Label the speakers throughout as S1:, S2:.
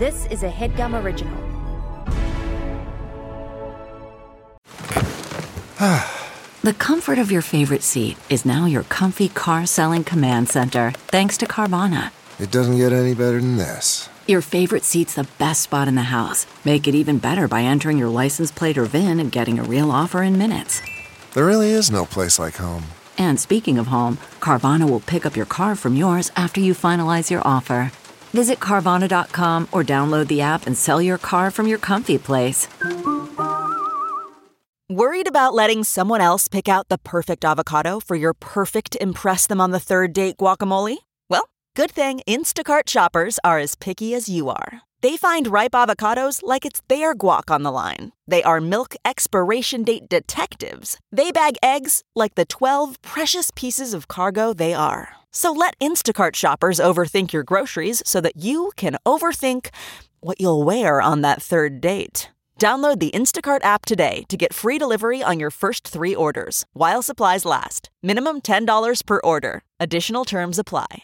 S1: This is a headgum original.
S2: The comfort of your favorite seat is now your comfy car selling command center, thanks to Carvana.
S3: It doesn't get any better than this.
S2: Your favorite seat's the best spot in the house. Make it even better by entering your license plate or VIN and getting a real offer in minutes.
S3: There really is no place like home.
S2: And speaking of home, Carvana will pick up your car from yours after you finalize your offer. Visit Carvana.com or download the app and sell your car from your comfy place.
S4: Worried about letting someone else pick out the perfect avocado for your perfect Impress Them on the Third Date guacamole? Well, good thing Instacart shoppers are as picky as you are. They find ripe avocados like it's their guac on the line. They are milk expiration date detectives. They bag eggs like the 12 precious pieces of cargo they are. So let Instacart shoppers overthink your groceries so that you can overthink what you'll wear on that third date. Download the Instacart app today to get free delivery on your first three orders while supplies last. Minimum $10 per order. Additional terms apply.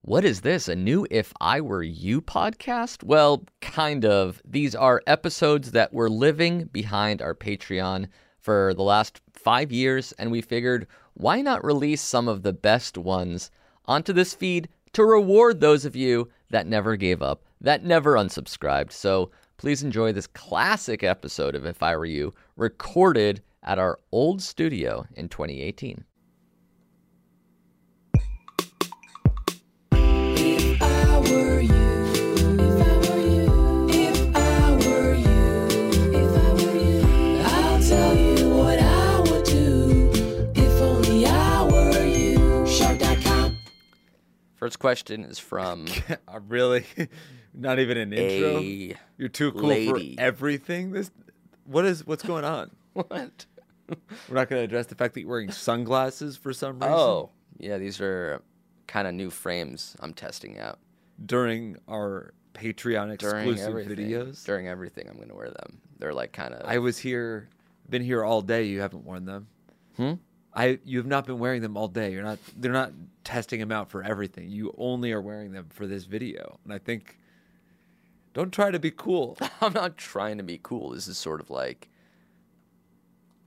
S5: What is this? A new If I Were You podcast? Well, kind of. These are episodes that we're living behind our Patreon for the last five years, and we figured why not release some of the best ones onto this feed to reward those of you that never gave up, that never unsubscribed. So please enjoy this classic episode of If I Were You, recorded at our old studio in 2018. First question is from
S6: I really, not even an intro.
S5: a
S6: You're too cool
S5: lady.
S6: for everything. This, what is what's going on?
S5: what?
S6: We're not going to address the fact that you're wearing sunglasses for some reason
S5: Oh, yeah, these are kind of new frames I'm testing out.
S6: during our Patreon
S5: During
S6: exclusive
S5: everything.
S6: videos.
S5: During everything, I'm going to wear them. They're like kind of.
S6: I was here, been here all day. You haven't worn them. Hmm. I you have not been wearing them all day. You're not. They're not testing them out for everything. You only are wearing them for this video. And I think, don't try to be cool.
S5: I'm not trying to be cool. This is sort of like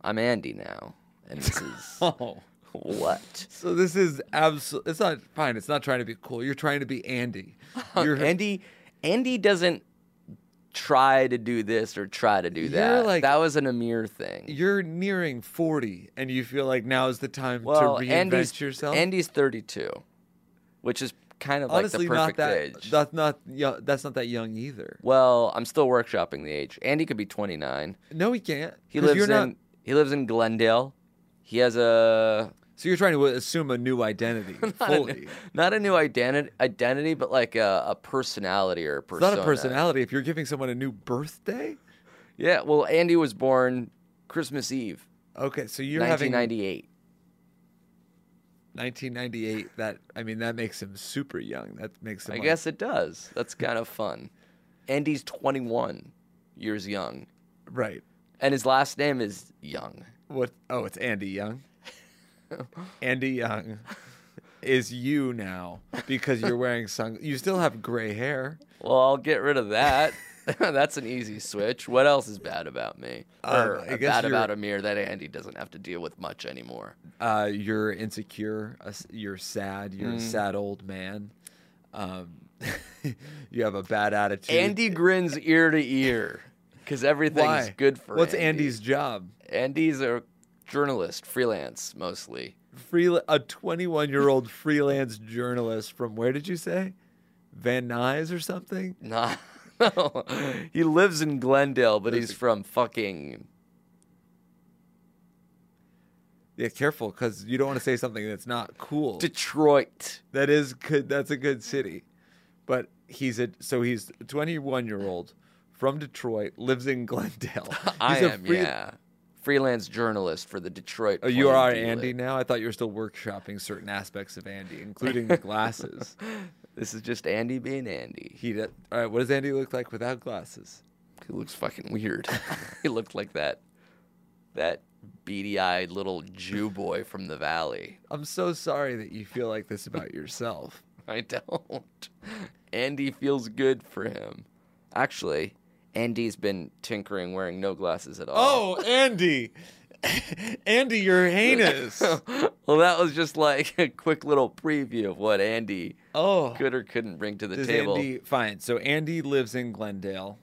S5: I'm Andy now, and this is
S6: Oh.
S5: what
S6: So this is absolute. It's not fine. It's not trying to be cool. You're trying to be Andy. You're
S5: Andy. Andy doesn't try to do this or try to do that.
S6: You're like-
S5: that was an Amir thing.
S6: You're nearing forty, and you feel like now is the time
S5: Well,
S6: to reinvent
S5: Andy's
S6: yourself.
S5: Andy's 32, which is kind of like
S6: honestly,
S5: the perfect
S6: not that.
S5: age.
S6: That's not. yo- that's not that young either.
S5: Well, I'm still workshopping the age. Andy could be 29.
S6: No, he can't.
S5: He
S6: 'cause
S5: lives
S6: you're
S5: in
S6: not-
S5: he lives in Glendale. He has a
S6: so you're trying to uh, assume a new identity fully.
S5: not a new identity identity, but like a, a personality or a
S6: It's
S5: persona.
S6: not a personality. If you're giving someone a new birthday,
S5: Yeah, well, Andy was born Christmas Eve,
S6: okay. So you're having
S5: 1998.
S6: 1998. That I mean, that makes him super young. That makes him.
S5: I
S6: like-
S5: guess it does. That's kind of fun. Andy's 21 years young,
S6: right.
S5: and his last name is Young.
S6: What? Oh, it's Andy Young. Andy Young is you now because you're wearing sun. You still have gray hair.
S5: Well, I'll get rid of that. That's an easy switch. What else is bad about me?
S6: Um,
S5: or
S6: I guess
S5: bad
S6: you're-
S5: about Amir that Andy doesn't have to deal with much anymore.
S6: Uh, you're insecure. uh, s- You're sad.
S5: Mm.
S6: You're a sad old man. Um, you have a bad attitude.
S5: Andy grins ear to ear because everything's
S6: Why?
S5: good for
S6: What's
S5: Andy.
S6: Andy's job?
S5: Andy's a journalist, freelance mostly.
S6: Freel- a 21 year old freelance journalist from where did you say? Van Nuys or something?
S5: Nah, no, he lives in Glendale, but he's from fucking.
S6: Yeah, careful because you don't want to say something that's not cool.
S5: Detroit.
S6: That is good. That's a good city. But he's a so he's a 21 year old from Detroit, lives in Glendale. He's
S5: I
S6: a
S5: am,
S6: free-
S5: yeah. Freelance journalist for the Detroit.
S6: Oh, you
S5: Plain
S6: are
S5: Dealer.
S6: Andy now. I thought you were still workshopping certain aspects of Andy, including the glasses.
S5: This is just Andy being Andy.
S6: He d- all right. What does Andy look like without glasses?
S5: He looks fucking weird. he looked like that, that beady-eyed little Jew boy from the Valley.
S6: I'm so sorry that you feel like this about yourself.
S5: I don't. Andy feels good for him. Actually, Andy's been tinkering wearing no glasses at all.
S6: Oh, Andy. Andy, you're heinous.
S5: well, that was just like a quick little preview of what Andy
S6: Oh.
S5: could or couldn't bring to the
S6: Does
S5: table. Mm-hmm.
S6: Andy fine? So Andy lives in Glendale,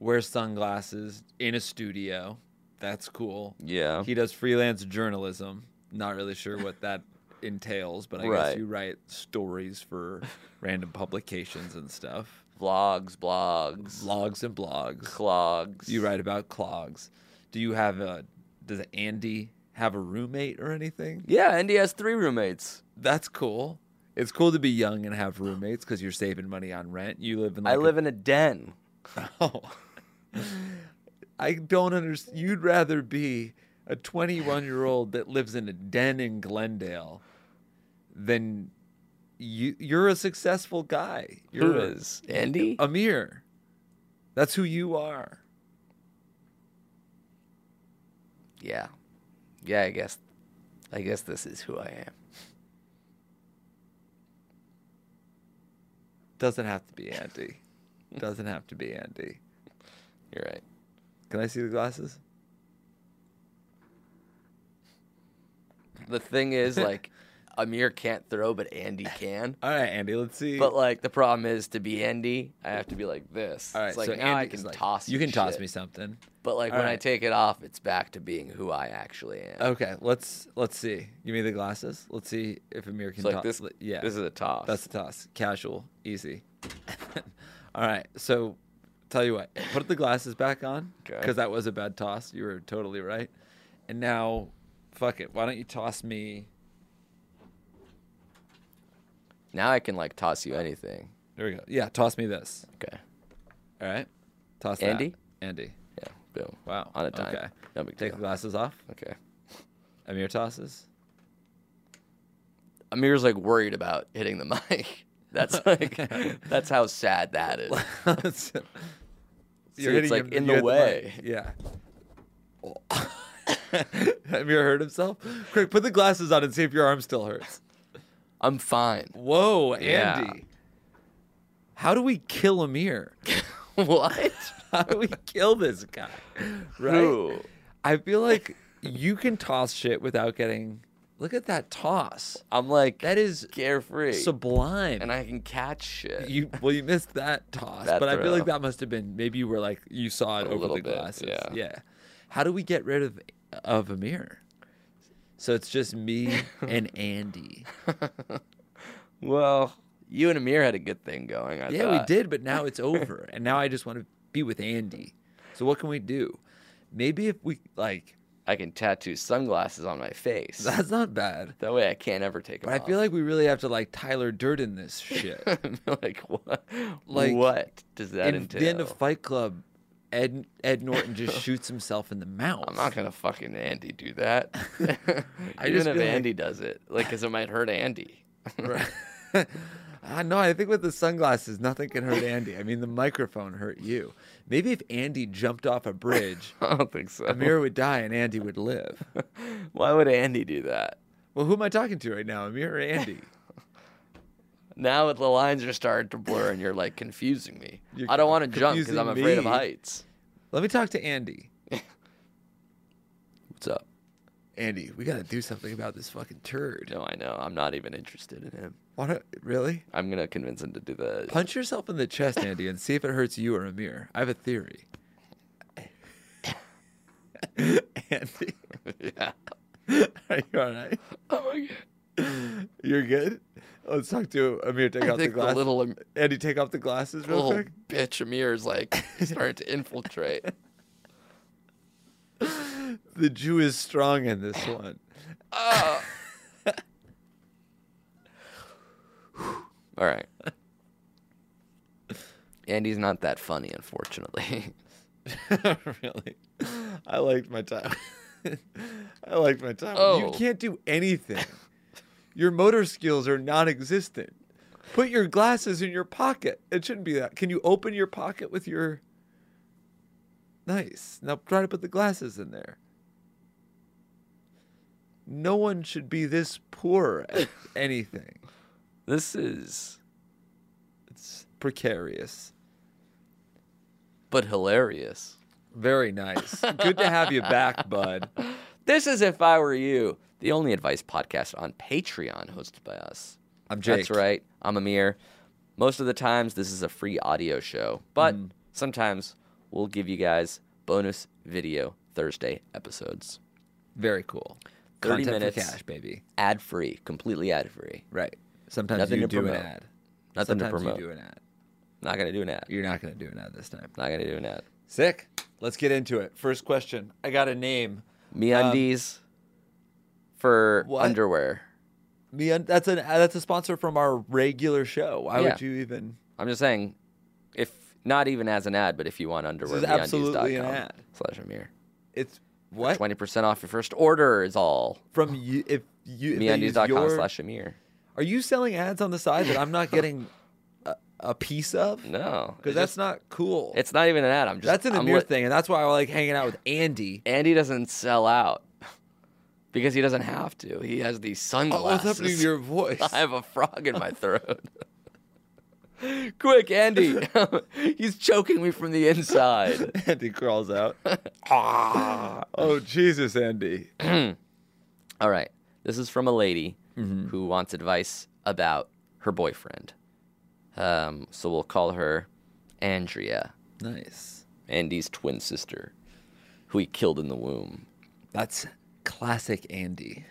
S6: wears sunglasses in a studio. That's cool.
S5: Yeah.
S6: He does freelance journalism. Not really sure what that entails, but I
S5: Right.
S6: guess you write stories for random publications and stuff.
S5: Vlogs, blogs,
S6: Blogs and blogs.
S5: clogs.
S6: You write about clogs. Do you have a does Andy have a roommate or anything?
S5: Yeah, Andy has three roommates.
S6: That's cool. It's cool to be young and have roommates because you're saving money on rent. You live in like
S5: I
S6: a
S5: live in a den.
S6: Oh. I don't understand. You'd rather be a 21 year old that lives in a den in Glendale than you. You're a successful guy. You're
S5: Who is Andy?
S6: Amir. That's who you are.
S5: yeah, yeah. I guess, I guess this is who I am.
S6: Doesn't have to be Andy. Doesn't have to be Andy.
S5: You're right.
S6: Can I see the glasses?
S5: The thing is, like, Amir can't throw, but Andy can.
S6: All right, Andy. Let's see.
S5: But like, the problem is, to be Andy, I have to be like this.
S6: All right,
S5: it's like
S6: so
S5: now I
S6: Andy's
S5: can
S6: like,
S5: toss.
S6: You can toss
S5: shit.
S6: me something.
S5: But like,
S6: All
S5: when I
S6: right. Oh,
S5: take it off, it's back to being who I actually am.
S6: Okay, let's let's see. Give me the glasses. Let's see if Amir can
S5: It's like
S6: toss-
S5: this.
S6: Yeah,
S5: this is a toss.
S6: That's a toss. Casual, easy. All right. So, tell you what, put the glasses back on
S5: Okay.
S6: because that was a bad toss. You were totally right. And now, fuck it. Why don't you toss me?
S5: now I can like toss you anything.
S6: There we go. Yeah, toss me this.
S5: Okay.
S6: All right. Toss
S5: Andy?
S6: That. Andy.
S5: Yeah. Boom.
S6: Wow.
S5: On a dime.
S6: Okay.
S5: No big
S6: Take the
S5: deal.
S6: glasses off.
S5: Okay.
S6: Amir tosses.
S5: Amir's like worried about hitting the mic. That's like that's how sad that is.
S6: It's- You're
S5: it's
S6: hitting
S5: like
S6: him-
S5: in
S6: you
S5: the
S6: hit
S5: way.
S6: mic. yeah. Amir hurt himself. Quick, put the glasses on and see if your arm still hurts.
S5: I'm fine.
S6: Whoa,
S5: Yeah.
S6: Andy. How do we kill Amir?
S5: what?
S6: How do we kill this guy? Right?
S5: Who?
S6: I feel like you can toss shit without getting. Look at that toss.
S5: I'm like
S6: That is
S5: carefree,
S6: sublime.
S5: and I can catch shit.
S6: you well, you missed that toss,
S5: That
S6: but I feel like
S5: throw.
S6: that must have been maybe you were like you saw it over
S5: little
S6: the
S5: bit,
S6: glasses.
S5: yeah.
S6: How do we get rid of of Amir? So it's just me and Andy.
S5: well, you and Amir had a good thing going. I
S6: Yeah, we
S5: thought.
S6: did, but now it's over. and now I just want to be with Andy. So what can we do? Maybe if we like
S5: I can tattoo sunglasses on my face.
S6: that's not bad.
S5: that way, I can't ever take them
S6: But I
S5: off.
S6: feel like we really have to like Tyler Durden this shit.
S5: like, what?
S6: Like,
S5: what does that
S6: In
S5: entail?
S6: the end of Fight Club, Ed Ed Norton just shoots himself in the mouth.
S5: I'm not gonna fucking Andy do that. Even
S6: just
S5: if
S6: feel like-
S5: Andy does it, like, because it might hurt Andy.
S6: I know. Ah, I think with the sunglasses, nothing can hurt Andy. I mean, the microphone hurt you. Maybe if Andy jumped off a bridge,
S5: I don't think so.
S6: Amir would die and Andy would live.
S5: Why would Andy do that?
S6: Well, who am I talking to right now, Amir or Andy?
S5: Now the lines are starting to blur, and you're like confusing me.
S6: You're
S5: I don't want to jump because
S6: confusing
S5: I'm afraid of
S6: me.
S5: heights.
S6: Let me talk to Andy.
S5: What's up?
S6: Andy, we got to do something about this fucking turd.
S5: No, I know. I'm not even interested in him.
S6: Wanna, really?
S5: I'm gonna convince him to do the.
S6: Punch yourself in the chest, Andy, and see if it hurts you or Amir. I have a theory. Andy,
S5: yeah.
S6: are you all right?
S5: Oh my god.
S6: You're good? Let's talk to Amir. Take
S5: I
S6: off the
S5: think the,
S6: glasses.
S5: little Am-
S6: Andy, take off the glasses real
S5: little
S6: quick.
S5: bitch Amir is like starting to infiltrate.
S6: The Jew is strong in this one.
S5: All right. Andy's not that funny, unfortunately.
S6: really? I liked my time. I liked my time.
S5: Oh.
S6: You can't do anything. Your motor skills are non existent. Put your glasses in your pocket. It shouldn't be that. Can you open your pocket with your. Nice. Now try to put the glasses in there. No one should be this poor at anything.
S5: this is it's
S6: precarious.
S5: but hilarious.
S6: Very nice. Good to have you back, bud.
S5: This is If I Were You, the only advice podcast on Patreon hosted by us.
S6: I'm Jake.
S5: That's right. I'm Amir. Most of the times, this is a free audio show, but
S6: Mm.
S5: sometimes we'll give you guys bonus video Thursday episodes.
S6: Very cool.
S5: 30
S6: Content
S5: minutes.
S6: for cash, baby.
S5: Ad free, completely ad free.
S6: Right. Sometimes
S5: Nothing
S6: you
S5: to
S6: do
S5: promote.
S6: an ad.
S5: Nothing to
S6: Sometimes
S5: promote.
S6: you do an ad.
S5: Not going to do an ad.
S6: You're not going to do an ad this time.
S5: Not going to do an ad.
S6: Sick. Let's get into it. First question. I got a name.
S5: Me undies for
S6: what?
S5: underwear.
S6: Me, that's an that's a sponsor from our regular show. Why
S5: Yeah.
S6: would you even?
S5: I'm just saying, if not even as an ad, but if you want underwear,
S6: is absolutely an
S5: MeUndies.com
S6: ad.
S5: Slash Amir.
S6: It's what
S5: Twenty percent off your first order is all.
S6: from you if you if they use
S5: MeUndies.com
S6: your-
S5: slash Amir.
S6: Are you selling ads on the side that I'm not getting a, a piece of?
S5: No,
S6: because
S5: it's
S6: that's
S5: just-
S6: not cool.
S5: it's not even an ad. I'm just
S6: that's an
S5: I'm
S6: Amir
S5: lit-
S6: thing, and that's why I like hanging out with Andy.
S5: Andy doesn't sell out because he doesn't have to. He has these sunglasses.
S6: voice?
S5: I have a frog in my throat. Quick, Andy! He's choking me from the inside.
S6: Andy crawls out. Ah, oh Jesus, Andy!
S5: All right. This is from a lady who wants advice about her boyfriend. Um, so we'll call her Andrea,
S6: Nice.
S5: Andy's twin sister, who he killed in the womb.
S6: That's classic Andy.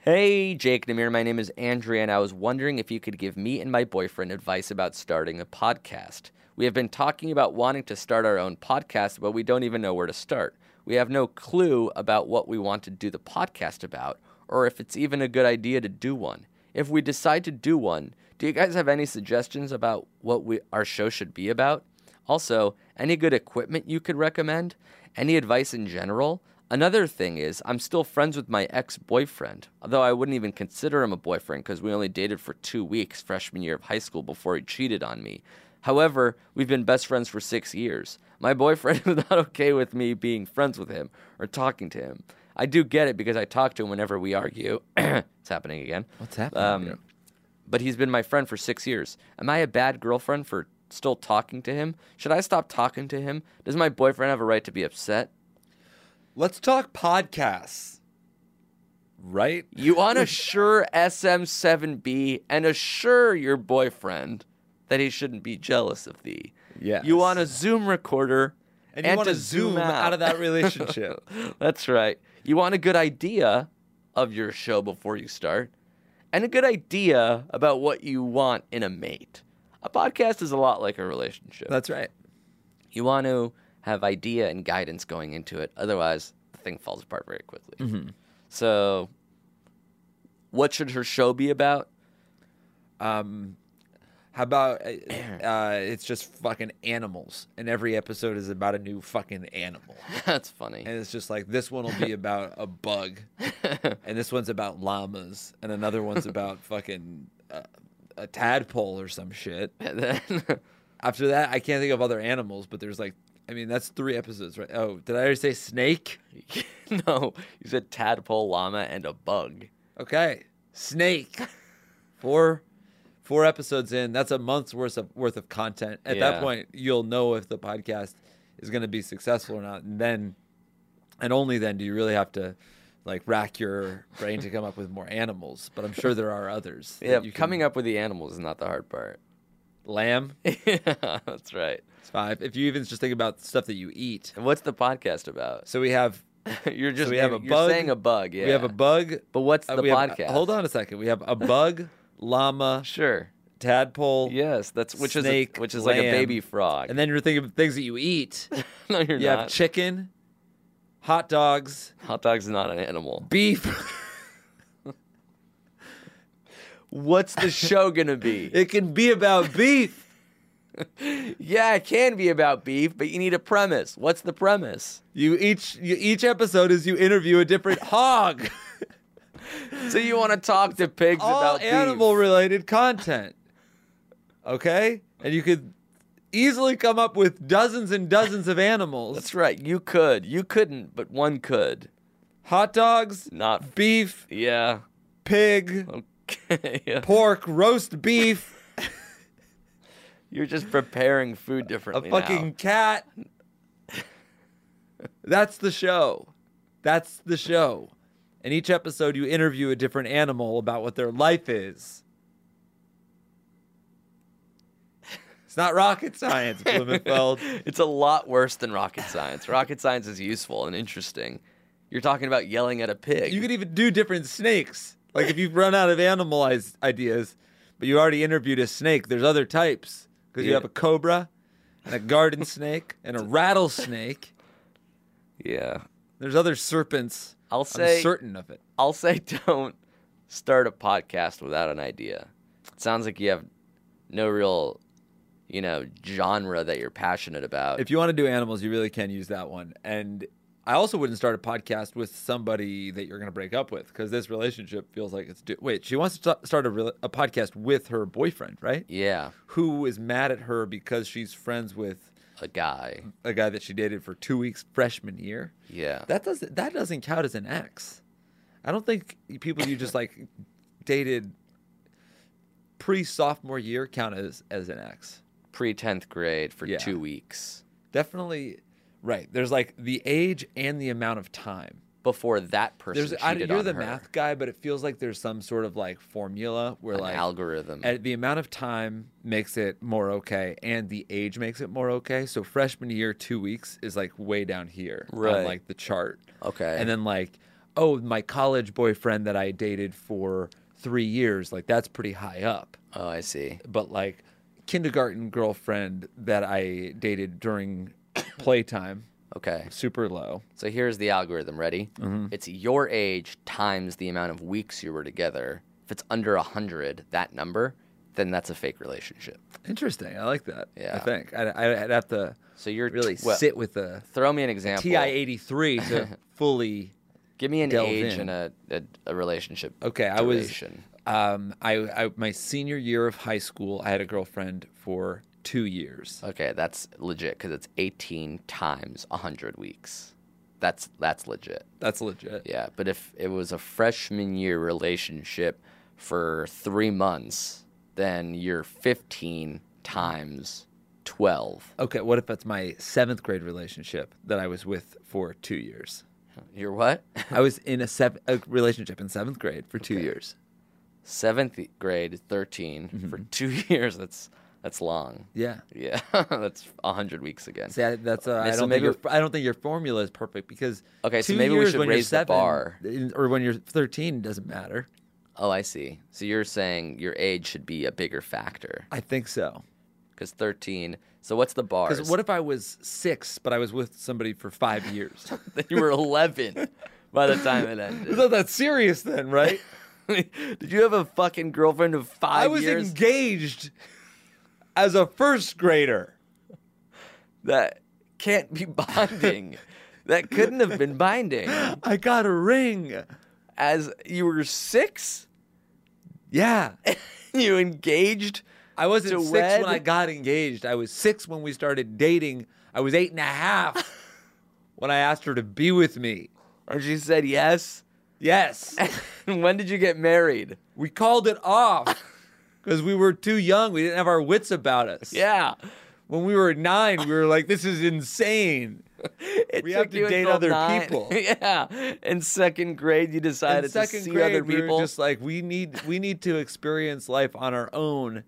S5: Hey, Jake Namir. My name is Andrea, and I was wondering if you could give me and my boyfriend advice about starting a podcast. We have been talking about wanting to start our own podcast, but we don't even know where to start. We have no clue about what we want to do the podcast about, or if it's even a good idea to do one. If we decide to do one, do you guys have any suggestions about what we, our show should be about? Also, any good equipment you could recommend? Any advice in general? Another thing is, I'm still friends with my ex boyfriend, although I wouldn't even consider him a boyfriend because we only dated for two weeks freshman year of high school before he cheated on me. However, we've been best friends for six years. My boyfriend is not okay with me being friends with him or talking to him. I do get it because I talk to him whenever we argue. it's happening again. Um,
S6: What's happening here?
S5: but he's been my friend for six years. Am I a bad girlfriend for still talking to him? Should I stop talking to him? Does my boyfriend have a right to be upset?
S6: Let's talk podcasts. Right?
S5: You want to sure SM7B and assure your boyfriend that he shouldn't be jealous of thee.
S6: Yes.
S5: You want a Zoom recorder
S6: And you want
S5: to
S6: to zoom out. of that relationship.
S5: That's right. You want a good idea of your show before you start and a good idea about what you want in a mate. A podcast is a lot like a relationship.
S6: That's right.
S5: you want to have idea and guidance going into it. Otherwise, the thing falls apart very quickly.
S6: Mm-hmm.
S5: So, what should her show be about?
S6: How about uh, uh, it's just fucking animals, and every episode is about a new fucking animal,
S5: That's funny.
S6: and it's just like this one will be about a bug, and this one's about llamas, and another one's about fucking uh, a tadpole or some shit.
S5: And then,
S6: After that, I can't think of other animals, but there's like, I mean, that's three episodes, right? Oh, did I already say snake?
S5: no, you said tadpole, llama, and a bug.
S6: Okay, snake. Four, four episodes in. That's a month's worth of worth of content. At
S5: Yeah.
S6: that point, you'll know if the podcast is going to be successful or not. And then, and only then, do you really have to like rack your brain to come up with more animals. But I'm sure there are others.
S5: Yeah, coming up with the animals is not the hard part.
S6: lamb.
S5: yeah, that's right.
S6: It's five. If you even just think about stuff that you eat.
S5: And what's the podcast about?
S6: So we have
S5: you're just
S6: we have a
S5: you're
S6: bug.
S5: saying a bug. Yeah,
S6: we have a bug.
S5: But what's
S6: uh,
S5: the
S6: we have-
S5: podcast?
S6: hold on a second. We have a bug, llama,
S5: Sure.
S6: tadpole.
S5: Yes, that's which is
S6: snake,
S5: a, which is like a
S6: lamb,
S5: baby frog.
S6: And then you're thinking of things that you eat.
S5: no, you're
S6: You have
S5: not.
S6: chicken, hot dogs,
S5: Hot dog's not an animal.
S6: beef.
S5: What's the show gonna be?
S6: It can be about beef.
S5: yeah, it can be about beef, but you need a premise. What's the premise?
S6: You each you, each episode is you interview a different hog.
S5: So you want to talk to pigs
S6: All
S5: about beef.
S6: animal related content. Okay? And you could easily come up with dozens and dozens of animals.
S5: That's right. You could. You couldn't, but one could.
S6: Hot dogs,
S5: Not.
S6: beef,
S5: yeah.
S6: pig,
S5: Okay.
S6: pork, roast beef.
S5: You're just preparing food
S6: a
S5: differently. now.
S6: fucking cat. That's the show. That's the show. In each episode, you interview a different animal about what their life is. It's not rocket science, Blumenfeld.
S5: It's a lot worse than rocket science. Rocket science is useful and interesting. You're talking about yelling at a pig.
S6: You could e- even do different snakes. Like if you've run out of animalized ideas, but you already interviewed a snake, there's other types because you
S5: Yeah.
S6: have a cobra and a garden snake and a rattlesnake.
S5: yeah.
S6: There's other serpents.
S5: I'll
S6: I'm
S5: say-
S6: certain of it.
S5: I'll say don't start a podcast without an idea. It sounds like you have no real, you know, genre that you're passionate about.
S6: If you want to do animals, you really can use that one. And I also wouldn't start a podcast with somebody that you're going to break up with because this relationship feels like it's. Do- Wait, she wants to sta- start a, rela- a podcast with her boyfriend, right?
S5: yeah,
S6: Who is mad at her because she's friends with
S5: a guy.
S6: a guy that she dated for two weeks freshman year.
S5: Yeah.
S6: That doesn't that doesn't count as an ex. I don't think people you just like dated pre sophomore year count as as an ex.
S5: Pre 10th grade for
S6: Yeah.
S5: 2 weeks.
S6: Definitely right. There's like the age and the amount of time.
S5: Before that person
S6: There's I,
S5: cheated
S6: you're
S5: on
S6: the
S5: her.
S6: math guy, but it feels like there's some sort of like formula where
S5: An
S6: like
S5: algorithm.
S6: at the amount of time makes it more okay and the age makes it more okay so freshman year two weeks is like way down here
S5: Right.
S6: on like the chart
S5: Okay.
S6: and then like oh my college boyfriend that i dated for three years like that's pretty high up
S5: oh, I see.
S6: but like kindergarten girlfriend that i dated during playtime
S5: Okay.
S6: super low
S5: So here's the algorithm. Ready?
S6: Mm-hmm.
S5: It's your age times the amount of weeks you were together. If it's under 100, that number, then that's a fake relationship.
S6: interesting i like that
S5: Yeah.
S6: i think I, I, i'd have to
S5: So you're
S6: really
S5: twe-
S6: sit with the
S5: Throw me an example.
S6: ti-83 to fully
S5: Give me an
S6: delve
S5: age
S6: in.
S5: and a, a, a relationship.
S6: Okay, I was
S5: duration.
S6: um I, I my senior year of high school, I had a girlfriend for 2 years.
S5: Okay, that's legit because it's 18 times 100 weeks. That's that's legit.
S6: That's legit.
S5: Yeah, but if it was a freshman year relationship for three months, then you're 15 times 12.
S6: Okay, what if it's my 7th grade relationship that I was with for 2 years?
S5: You're what?
S6: I was in a, sev- a relationship in 7th grade for 2 years.
S5: Seventh grade, 13 for
S6: Mm-hmm.
S5: two years. That's that's long.
S6: Yeah.
S5: Yeah, that's 100 weeks again.
S6: See, I, that's uh, I
S5: so
S6: don't
S5: maybe-
S6: think your, I don't think your formula is perfect because
S5: Okay, so
S6: two
S5: maybe we
S6: years
S5: should
S6: when you're
S5: raise the
S6: seven,
S5: bar.
S6: in- or when you're 13 doesn't matter.
S5: Oh, I see. So you're saying your age should be a bigger factor
S6: I think so.
S5: because 13. So what's the bar?
S6: Because what if I was 6 but I was with somebody for 5 years?
S5: you were 11 by the time it
S6: It's
S5: ended?
S6: not that serious then, right?
S5: Did you have a fucking girlfriend of five
S6: I was
S5: years?
S6: engaged as a first grader.
S5: that can't be binding. that couldn't have been binding.
S6: I got a ring.
S5: As you were six,
S6: Yeah.
S5: you engaged.
S6: I wasn't
S5: To
S6: six
S5: wed?
S6: when I got engaged. I was six when we started dating. I was eight and a half when I asked her to be with me.
S5: And she said yes.
S6: Yes.
S5: And when did you get married?
S6: we called it off because we were too young. We didn't have our wits about us.
S5: Yeah.
S6: When we were nine, we were like, this is insane.
S5: It
S6: We have
S5: took
S6: to
S5: you
S6: date
S5: until
S6: other
S5: nine-
S6: people.
S5: yeah. In second grade, you
S6: in
S5: decided
S6: second
S5: to see
S6: grade,
S5: other
S6: we
S5: people.
S6: were just like we need we need to experience life on our own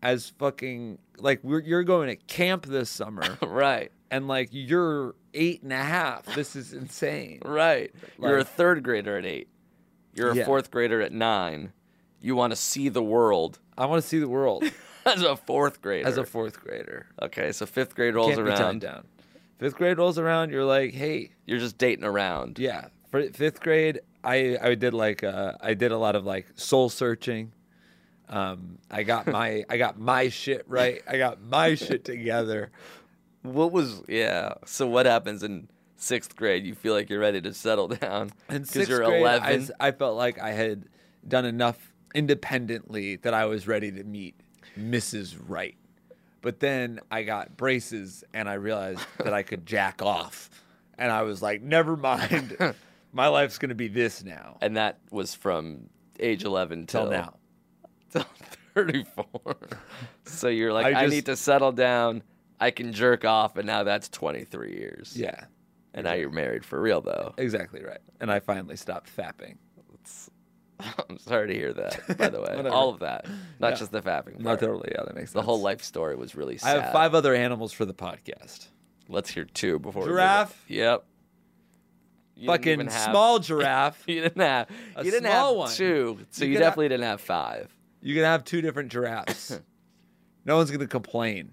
S6: as fucking like we're, you're going to camp this summer
S5: Right,
S6: and like you're eight and a half this is insane
S5: right. You're a
S6: Like-
S5: third grader at eight. You're a
S6: Yeah.
S5: fourth grader at nine. You want to see the world
S6: i want to see the world
S5: as a fourth grader.
S6: as a fourth grader
S5: okay, so fifth grade rolls
S6: Can't be tied
S5: around.
S6: down fifth grade rolls around you're like hey
S5: You're just dating around.
S6: yeah for fifth grade i i did like uh i did a lot of like soul searching um i got my i got my shit right i got my shit together
S5: What was yeah? So what happens in sixth grade? You feel like you're ready to settle down
S6: In
S5: because
S6: 6th
S5: you're
S6: grade, I
S5: 11.
S6: s- I, felt like I had done enough independently that I was ready to meet Mrs. Wright. But then I got braces and I realized that I could jack off. And I was like, never mind. My life's going to be this now.
S5: and that was from age 11
S6: Till now.
S5: till 34. so you're like,
S6: I
S5: I,
S6: just-
S5: need to settle down. I can jerk off, and now that's 23 years.
S6: Yeah,
S5: And now you're married for real, though.
S6: exactly right. And I finally stopped fapping.
S5: I'm sorry to hear that, by the way.
S6: Whatever.
S5: All of that. Not just the fapping
S6: Not
S5: part.
S6: totally. Yeah, that makes sense.
S5: the whole life story was really
S6: I
S5: sad.
S6: have five other animals for the podcast.
S5: Let's hear two before
S6: Giraffe.
S5: We move on. yep. You didn't even
S6: Fucking
S5: have-
S6: small giraffe.
S5: You didn't have.
S6: A
S5: you didn't
S6: small
S5: have
S6: one.
S5: two, so
S6: You
S5: you,
S6: could have-
S5: definitely didn't have five.
S6: You can have two different giraffes. no one's gonna complain.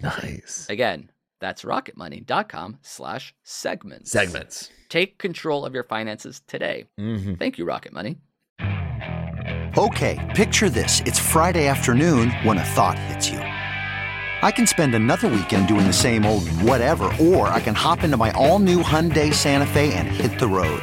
S7: nice.
S5: Again, that's rocketmoney.com/segments.
S7: Segments.
S5: Take control of your finances today.
S7: Mm-hmm.
S5: Thank you, Rocket Money.
S8: Okay, picture this. It's Friday afternoon when a thought hits you. I can spend another weekend doing the same old whatever, or I can hop into my all new Hyundai Santa Fe and hit the road.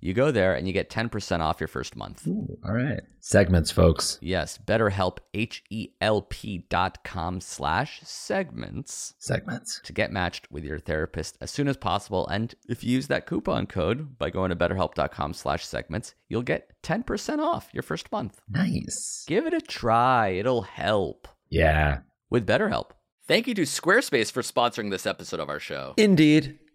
S5: You go there and you get 10% off your first month.
S7: Ooh, all right. Segments, folks.
S5: Yes, betterhelp, H-E-L-P dot com slash segments
S7: Segments.
S5: to get matched with your therapist as soon as possible. And if you use that coupon code by going to betterhelp.com slash segments, you'll get 10% off your first month.
S7: Nice.
S5: Give it a try. It'll help
S7: Yeah.
S5: with BetterHelp. Thank you to Squarespace for sponsoring this episode of our show.
S7: Indeed.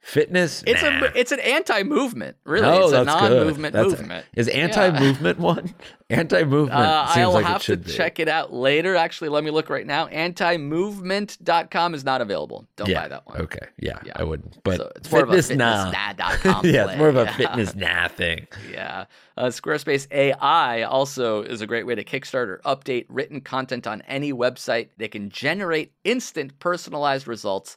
S7: Fitness.
S5: It's
S7: nah.
S5: a it's an anti-movement, really.
S7: No,
S5: it's a
S7: that's good.
S5: non-movement
S7: That's-
S5: movement.
S7: Is anti-movement one? Anti-movement
S5: Uh,
S7: seems
S5: I'll
S7: like
S5: have
S7: it
S5: to
S7: should be.
S5: check it out later. Actually, let me look right now. Antimovement.com is not available. Don't
S7: yeah.
S5: buy that one.
S7: Okay. Yeah,
S5: Yeah.
S7: I wouldn't. But
S5: so it's more of a
S7: fitness nah.
S5: fitnessnah.com.
S7: yeah, it's more of a
S5: play.
S7: fitness nah thing.
S5: Yeah. Uh, Squarespace AI also is a great way to kickstart or update written content on any website. They can generate instant personalized results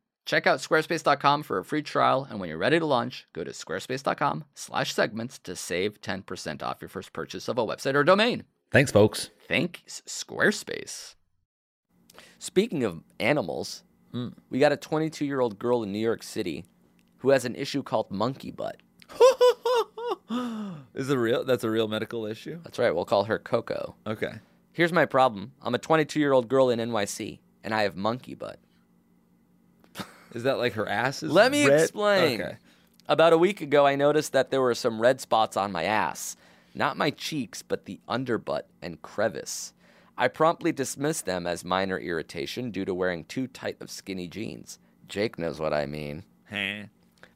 S5: check out squarespace.com for a free trial. And when you're ready to launch, go to squarespace.com slash segments to save 10% off your first purchase of a website or domain.
S7: Thanks, folks.
S5: Thanks, Squarespace. Speaking of animals, we got a 22 year old girl in New York City who has an issue called monkey butt.
S6: Is it real? That's a real medical issue.
S5: That's right, we'll call her Coco.
S6: Okay.
S5: Here's my problem I'm a 22 year old girl in NYC, and I have monkey butt.
S6: Is that like her ass? Is
S5: Let me
S6: red?
S5: explain.
S6: Okay.
S5: About a week ago, I noticed that there were some red spots on my ass. Not my cheeks, but the underbutt and crevice. I promptly dismissed them as minor irritation due to wearing too tight of skinny jeans. Jake knows what I mean.
S6: Huh.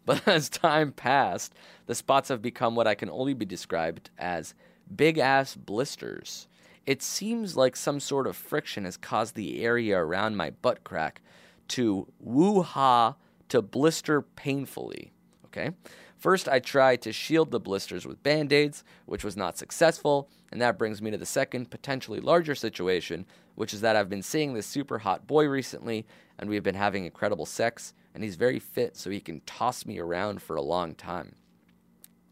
S5: But as time passed, the spots have become what I can only be described as big ass blisters. It seems like some sort of friction has caused the area around my butt crack to woo ha to blister painfully. Okay? First, I tried to shield the blisters with band aids, which was not successful. And that brings me to the second, potentially larger situation, which is that I've been seeing this super hot boy recently, and we've been having incredible sex, and he's very fit, so he can toss me around for a long time.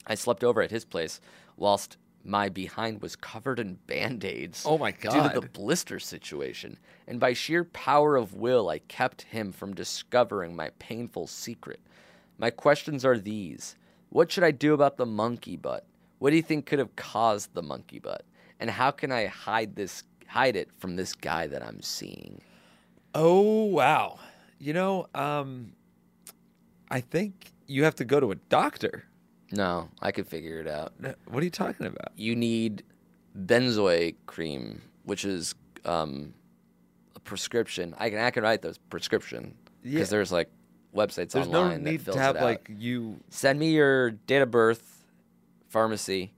S5: I slept over at his place whilst my behind was covered in band aids.
S6: Oh my
S5: Due to the
S6: God.
S5: blister situation, and by sheer power of will, I kept him from discovering my painful secret. My questions are these What should I do about the monkey butt? What do you think could have caused the monkey butt? And how can I hide this? Hide it from this guy that I'm seeing.
S6: Oh wow. You know, um, I think you have to go to a doctor.
S5: No, I could figure it out.
S6: No, What are you talking about?
S5: you need benzoate cream, which is um, a prescription. I can I can write the prescription because
S6: Yeah.
S5: there's like websites
S6: There's no
S5: online that
S6: need
S5: fills
S6: to have
S5: it out.
S6: like you.
S5: Send me your date of birth, pharmacy,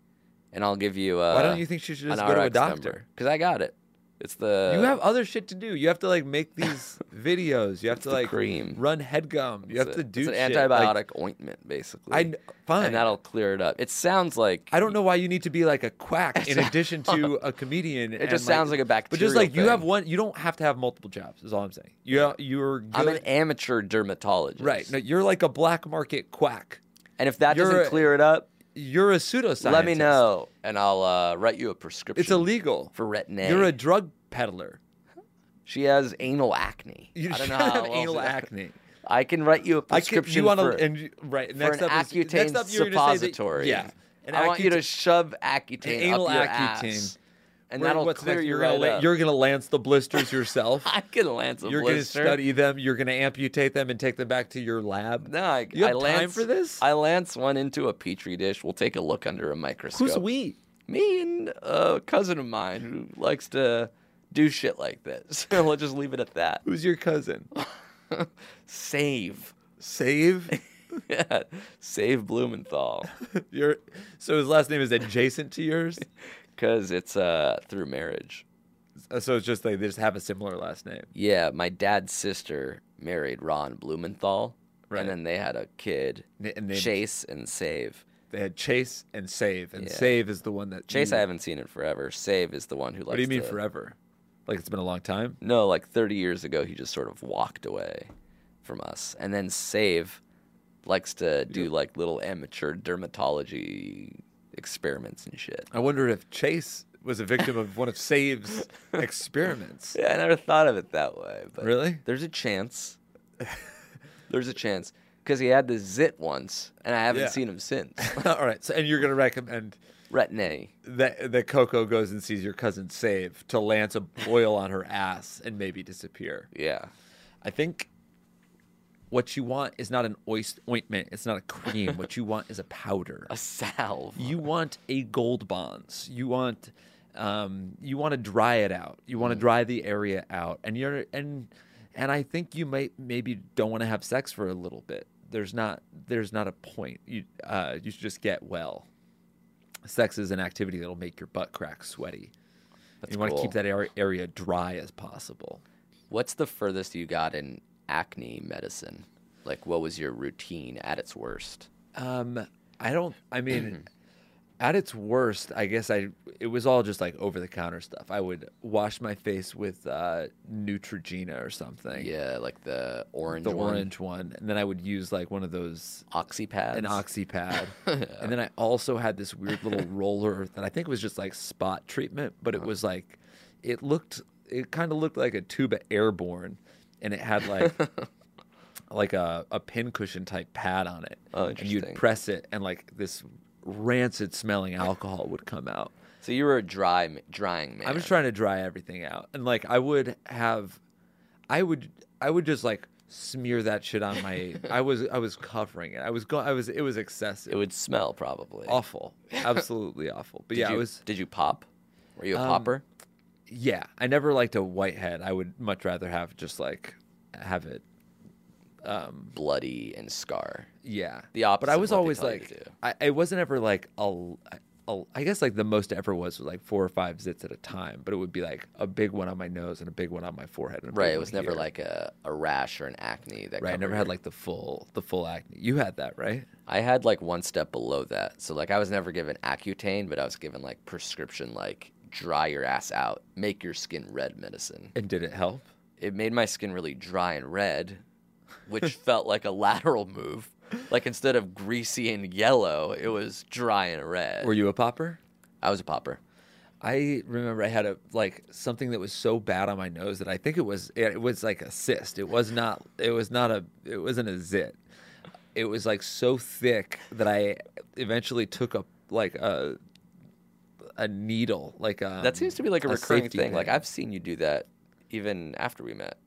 S5: and I'll give you. Uh,
S6: Why don't you think she should just go to a doctor?
S5: Because I got it. It's the
S6: you have other shit to do. You have to like make these videos. You have to
S5: the
S6: like
S5: cream.
S6: run head gum. You
S5: it's
S6: have
S5: a-
S6: to do
S5: it's an
S6: shit.
S5: antibiotic
S6: Like,
S5: ointment basically.
S6: I kn- fine.
S5: and that'll clear it up. It sounds like
S6: I don't know why you need to be like a quack in addition to a comedian.
S5: It just sounds like a
S6: But just
S5: bacterial
S6: like you have
S5: thing.
S6: one, you don't have to have multiple jobs. Is all I'm saying. You are you're good,
S5: I'm an amateur dermatologist,
S6: right. No, you're like a black market quack.
S5: And if that
S6: You're
S5: doesn't
S6: a-
S5: clear it up,
S6: You're a pseudoscientist.
S5: Let me know, and I'll uh, write you a prescription.
S6: It's illegal
S5: for retin A.
S6: You're a drug peddler.
S5: She has anal acne. I
S6: You
S5: don't
S6: should
S5: know
S6: have
S5: how else
S6: anal
S5: to-
S6: acne.
S5: I can write you a
S6: I could,
S5: prescription
S6: you want
S5: for,
S6: to and you- right
S5: for
S6: next
S5: an
S6: up is,
S5: Accutane
S6: next up you're gonna say that-
S5: suppository.
S6: yeah, an
S5: I want you
S6: Accutane-
S5: to shove Accutane
S6: an anal
S5: up your
S6: Accutane.
S5: ass, and
S6: Where-
S5: that'll
S6: what's
S5: clear
S6: next?
S5: your
S6: you're gonna
S5: right
S6: la-
S5: up.
S6: you're gonna lance the blisters yourself.
S5: I can land some
S6: you're
S5: blister.
S6: gonna study them. You're gonna amputate them and take them back to your lab.
S5: No, I,
S6: you have
S5: I lance,
S6: time for this?
S5: I lance one into a petri dish. We'll take a look under a microscope.
S6: Who's we?
S5: me and a cousin of mine who likes to do shit like this. we'll just leave it at that.
S6: Who's your cousin?
S5: Save.
S6: Save.
S5: Yeah. Save Blumenthal.
S6: your so his last name is adjacent to yours.
S5: Because it's uh, through marriage.
S6: Uh, So it's just like they just have a similar last name.
S5: Yeah, my dad's sister married Ron Blumenthal.
S6: Right.
S5: And then they had a kid,
S6: N- and they-
S5: Chase and Save.
S6: They had Chase and Save, and
S5: Yeah.
S6: Save is the one that
S5: Chase,
S6: you-
S5: I haven't seen in forever. Save is the one who likes.
S6: Mm. What do you mean
S5: to-
S6: forever? Like it's been a long time.
S5: No, like 30 years ago, he just sort of walked away from us. And then Save likes to do like little amateur dermatology experiments and shit.
S6: I wonder if Chase was a victim of one of Save's experiments.
S5: Yeah, I never thought of it that way. But
S6: Really?
S5: There's a chance. there's a chance. Because he had the zit once, and I haven't
S6: Yeah.
S5: seen him since.
S6: All right, so and you're gonna recommend
S5: Retin-A.
S6: that that Coco goes and sees your cousin Save to lance a boil on her ass and maybe disappear.
S5: Yeah.
S6: I think what you want is not an oist- ointment. It's not a cream. what you want is a powder.
S5: A salve.
S6: You want a gold bonds. You want um, you want to dry it out. You
S5: Mm.
S6: want to dry the area out, and you're and and I think you might maybe don't want to have sex for a little bit. There's not there's not a point. You uh, you should just get well. Sex is an activity that'll make your butt crack sweaty.
S5: That's
S6: you want to
S5: cool.
S6: keep that ar- area dry as possible.
S5: What's the furthest you got in acne medicine? Like, what was your routine at its worst?
S6: Um, I don't. I
S5: Mm-hmm.
S6: mean, at its worst, I guess I. It was all just like over the counter stuff. I would wash my face with uh, Neutrogena or something.
S5: Yeah, like the orange
S6: the
S5: one.
S6: orange one, and then I would use like one of those
S5: Oxy pads.
S6: an oxy pad, and then I also had this weird little roller that I think was just like spot treatment, but it
S5: Uh-huh.
S6: was like, it looked, it kind of looked like a tube of airborne, and it had like. Like a, a pincushion type pad on it.
S5: Oh,
S6: and you'd
S5: interesting.
S6: press it, and like this rancid smelling alcohol would come out.
S5: So you were a dry m- drying man.
S6: I was trying to dry everything out, and like I would have, I would, I would just like smear that shit on my. I was, I was covering it. I was going. I was. It was excessive.
S5: It would smell probably.
S6: awful, absolutely awful. But
S5: Did
S6: yeah,
S5: you,
S6: I was. Um,
S5: Did you pop? Were you a popper?
S6: Yeah, I never liked a whitehead. I would much rather have just like have it.
S5: Bloody and scar.
S6: Yeah,
S5: The opposite
S6: But I
S5: of
S6: was
S5: what they
S6: always
S5: tell you to
S6: like,
S5: do.
S6: I, I wasn't ever like a l- a- I guess like the most ever was like four or five zits at a time, but it would be like a big one on my nose and a big one on my forehead. And a big
S5: Right. It
S6: one
S5: was never
S6: here.
S5: like a, a rash or an acne that.
S6: Right, I
S5: covered
S6: never had
S5: your-
S6: like the full the full acne. You had that, right?
S5: I had like one step below that. So like I was never given Accutane, but I was given like prescription like dry your ass out, make your skin red medicine.
S6: And did it help?
S5: it made my skin really dry and red, which felt like a lateral move. Like instead of greasy and yellow, it was dry and red.
S6: Were you a popper?
S5: I was a popper.
S6: I remember I had a like something that was so bad on my nose that I think it was it was like a cyst. It was not it was not a it wasn't a zit. It was like so thick that I eventually took a like a a needle like um, a
S5: That seems to be like a, recurring
S6: safety
S5: thing. Like I've seen you do that even after we met.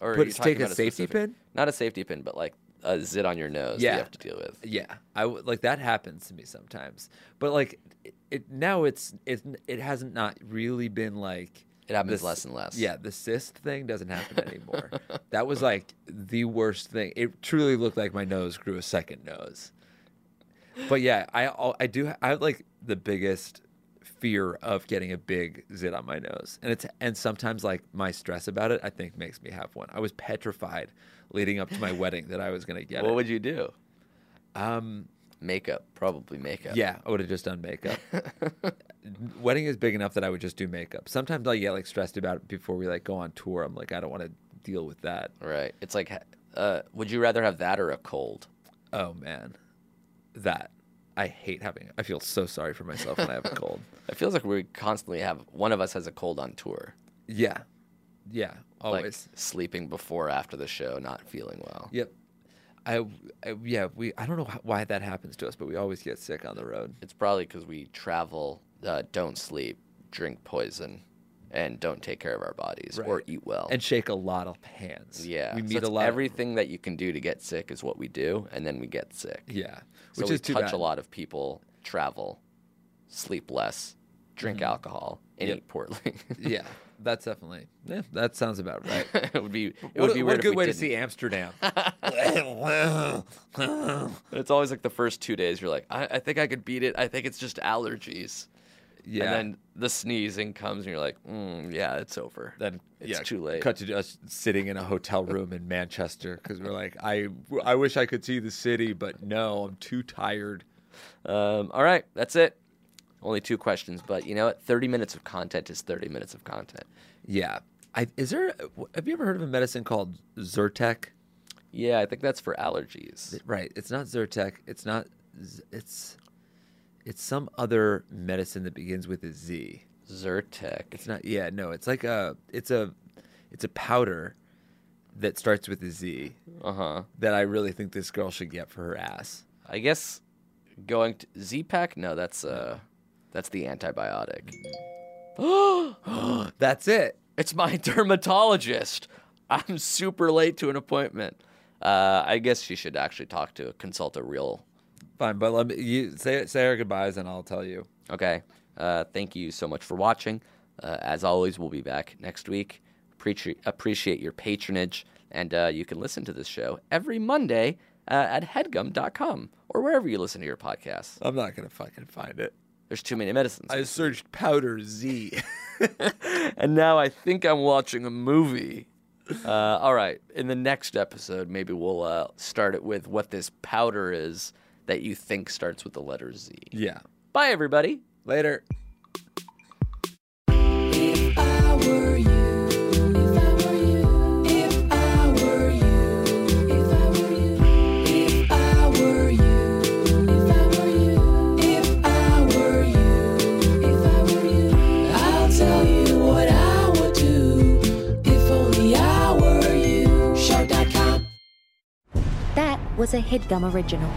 S5: Or are
S6: Put-
S5: you talking
S6: take a
S5: about
S6: safety
S5: specific-
S6: pin?
S5: Not a safety pin, but like a zit on your nose that
S6: Yeah.
S5: you have to deal with.
S6: Yeah, I w- like that happens to me sometimes. But like it, it now, it's it's it hasn't not really been like
S5: It happens
S6: this-
S5: less and less.
S6: Yeah, the cyst thing doesn't happen anymore. that was like the worst thing. It truly looked like my nose grew a second nose. But yeah, I al- I do ha- I have like the biggest fear of getting a big zit on my nose, and it's and sometimes like my stress about it I think makes me have one. I was petrified leading up to my wedding that I was gonna get it. Um,
S5: What would you do? Um, makeup, probably makeup.
S6: Yeah, I would have just done makeup. Wedding is big enough that I would just do makeup. Sometimes I get like stressed about it before we like go on tour. I'm like, I don't want to deal with that.
S5: Right. It's like, uh, would you rather have that or a cold?
S6: Oh man, that I hate having. I feel so sorry for myself when I have a cold.
S5: It feels like we constantly have one of us has a cold on tour.
S6: Yeah, yeah,
S5: Like
S6: always.
S5: sleeping before or after the show, not feeling well.
S6: Yep. I, I yeah we I don't know how, why that happens to us, but we always get sick on the road.
S5: It's probably because we travel, uh, don't sleep, drink poison, and don't take care of our bodies or
S6: Right.
S5: eat well.
S6: And shake a lot of hands.
S5: Oh. yeah,
S6: we
S5: so
S6: meet
S5: it's
S6: a lot. of-
S5: Everything that you can do to get sick is what we do, and then we get sick.
S6: yeah,
S5: so
S6: which
S5: we
S6: is too
S5: touch
S6: bad.
S5: a lot of people, travel, sleep less, drink alcohol, and eat poorly.
S6: Mm-hmm. Yeah, that's definitely. Yeah, that sounds about right.
S5: it would be it
S6: what,
S5: would
S6: a-
S5: be
S6: what
S5: weird
S6: a good
S5: if we
S6: way
S5: didn't.
S6: to see Amsterdam.
S5: And it's always like the first two days you're like, I, I think I could beat it. I think it's just allergies.
S6: yeah.
S5: And then the sneezing comes and you're like, mm, yeah, it's over.
S6: then
S5: it's
S6: yeah,
S5: too late.
S6: Cut to us sitting in a hotel room in Manchester because we're like, I, I wish I could see the city, but no, I'm too tired.
S5: Um, all right, that's it. Only two questions, but you know what? 30 minutes of content is 30 minutes of content.
S6: Yeah. I, is there? Have you ever heard of a medicine called Zyrtec?
S5: Yeah, I think that's for allergies.
S6: Right. It's not Zyrtec. It's not. Z- It's. It's some other medicine that begins with a Z.
S5: Zyrtec.
S6: It's not. Yeah. No. It's like a. It's a. It's a powder, that starts with a Z.
S5: Uh huh.
S6: That I really think this girl should get for her ass.
S5: I guess going to Z-Pack? No, that's uh that's the antibiotic.
S6: That's it.
S5: It's my dermatologist. I'm super late to an appointment. Uh, I guess she should actually talk to consult a real.
S6: Fine. But let me. You say say our goodbyes, and I'll tell you.
S5: Okay. Uh, thank you so much for watching. Uh, as always, we'll be back next week. Appreci- appreciate your patronage, and uh, you can listen to this show every Monday uh, at headgum.com or wherever you listen to your podcasts.
S6: I'm not gonna fucking find it.
S5: There's too many medicines.
S6: I searched powder Z.
S5: and now I think I'm watching a movie. Uh, all right, in the next episode, maybe we'll uh, start it with what this powder is that you think starts with the letter Z.
S6: yeah.
S5: Bye, everybody.
S6: Later.
S9: I'll tell you what I would do if only I were you. Shark.com.
S1: That was a headgum original.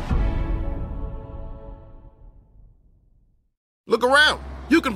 S10: Look around. You can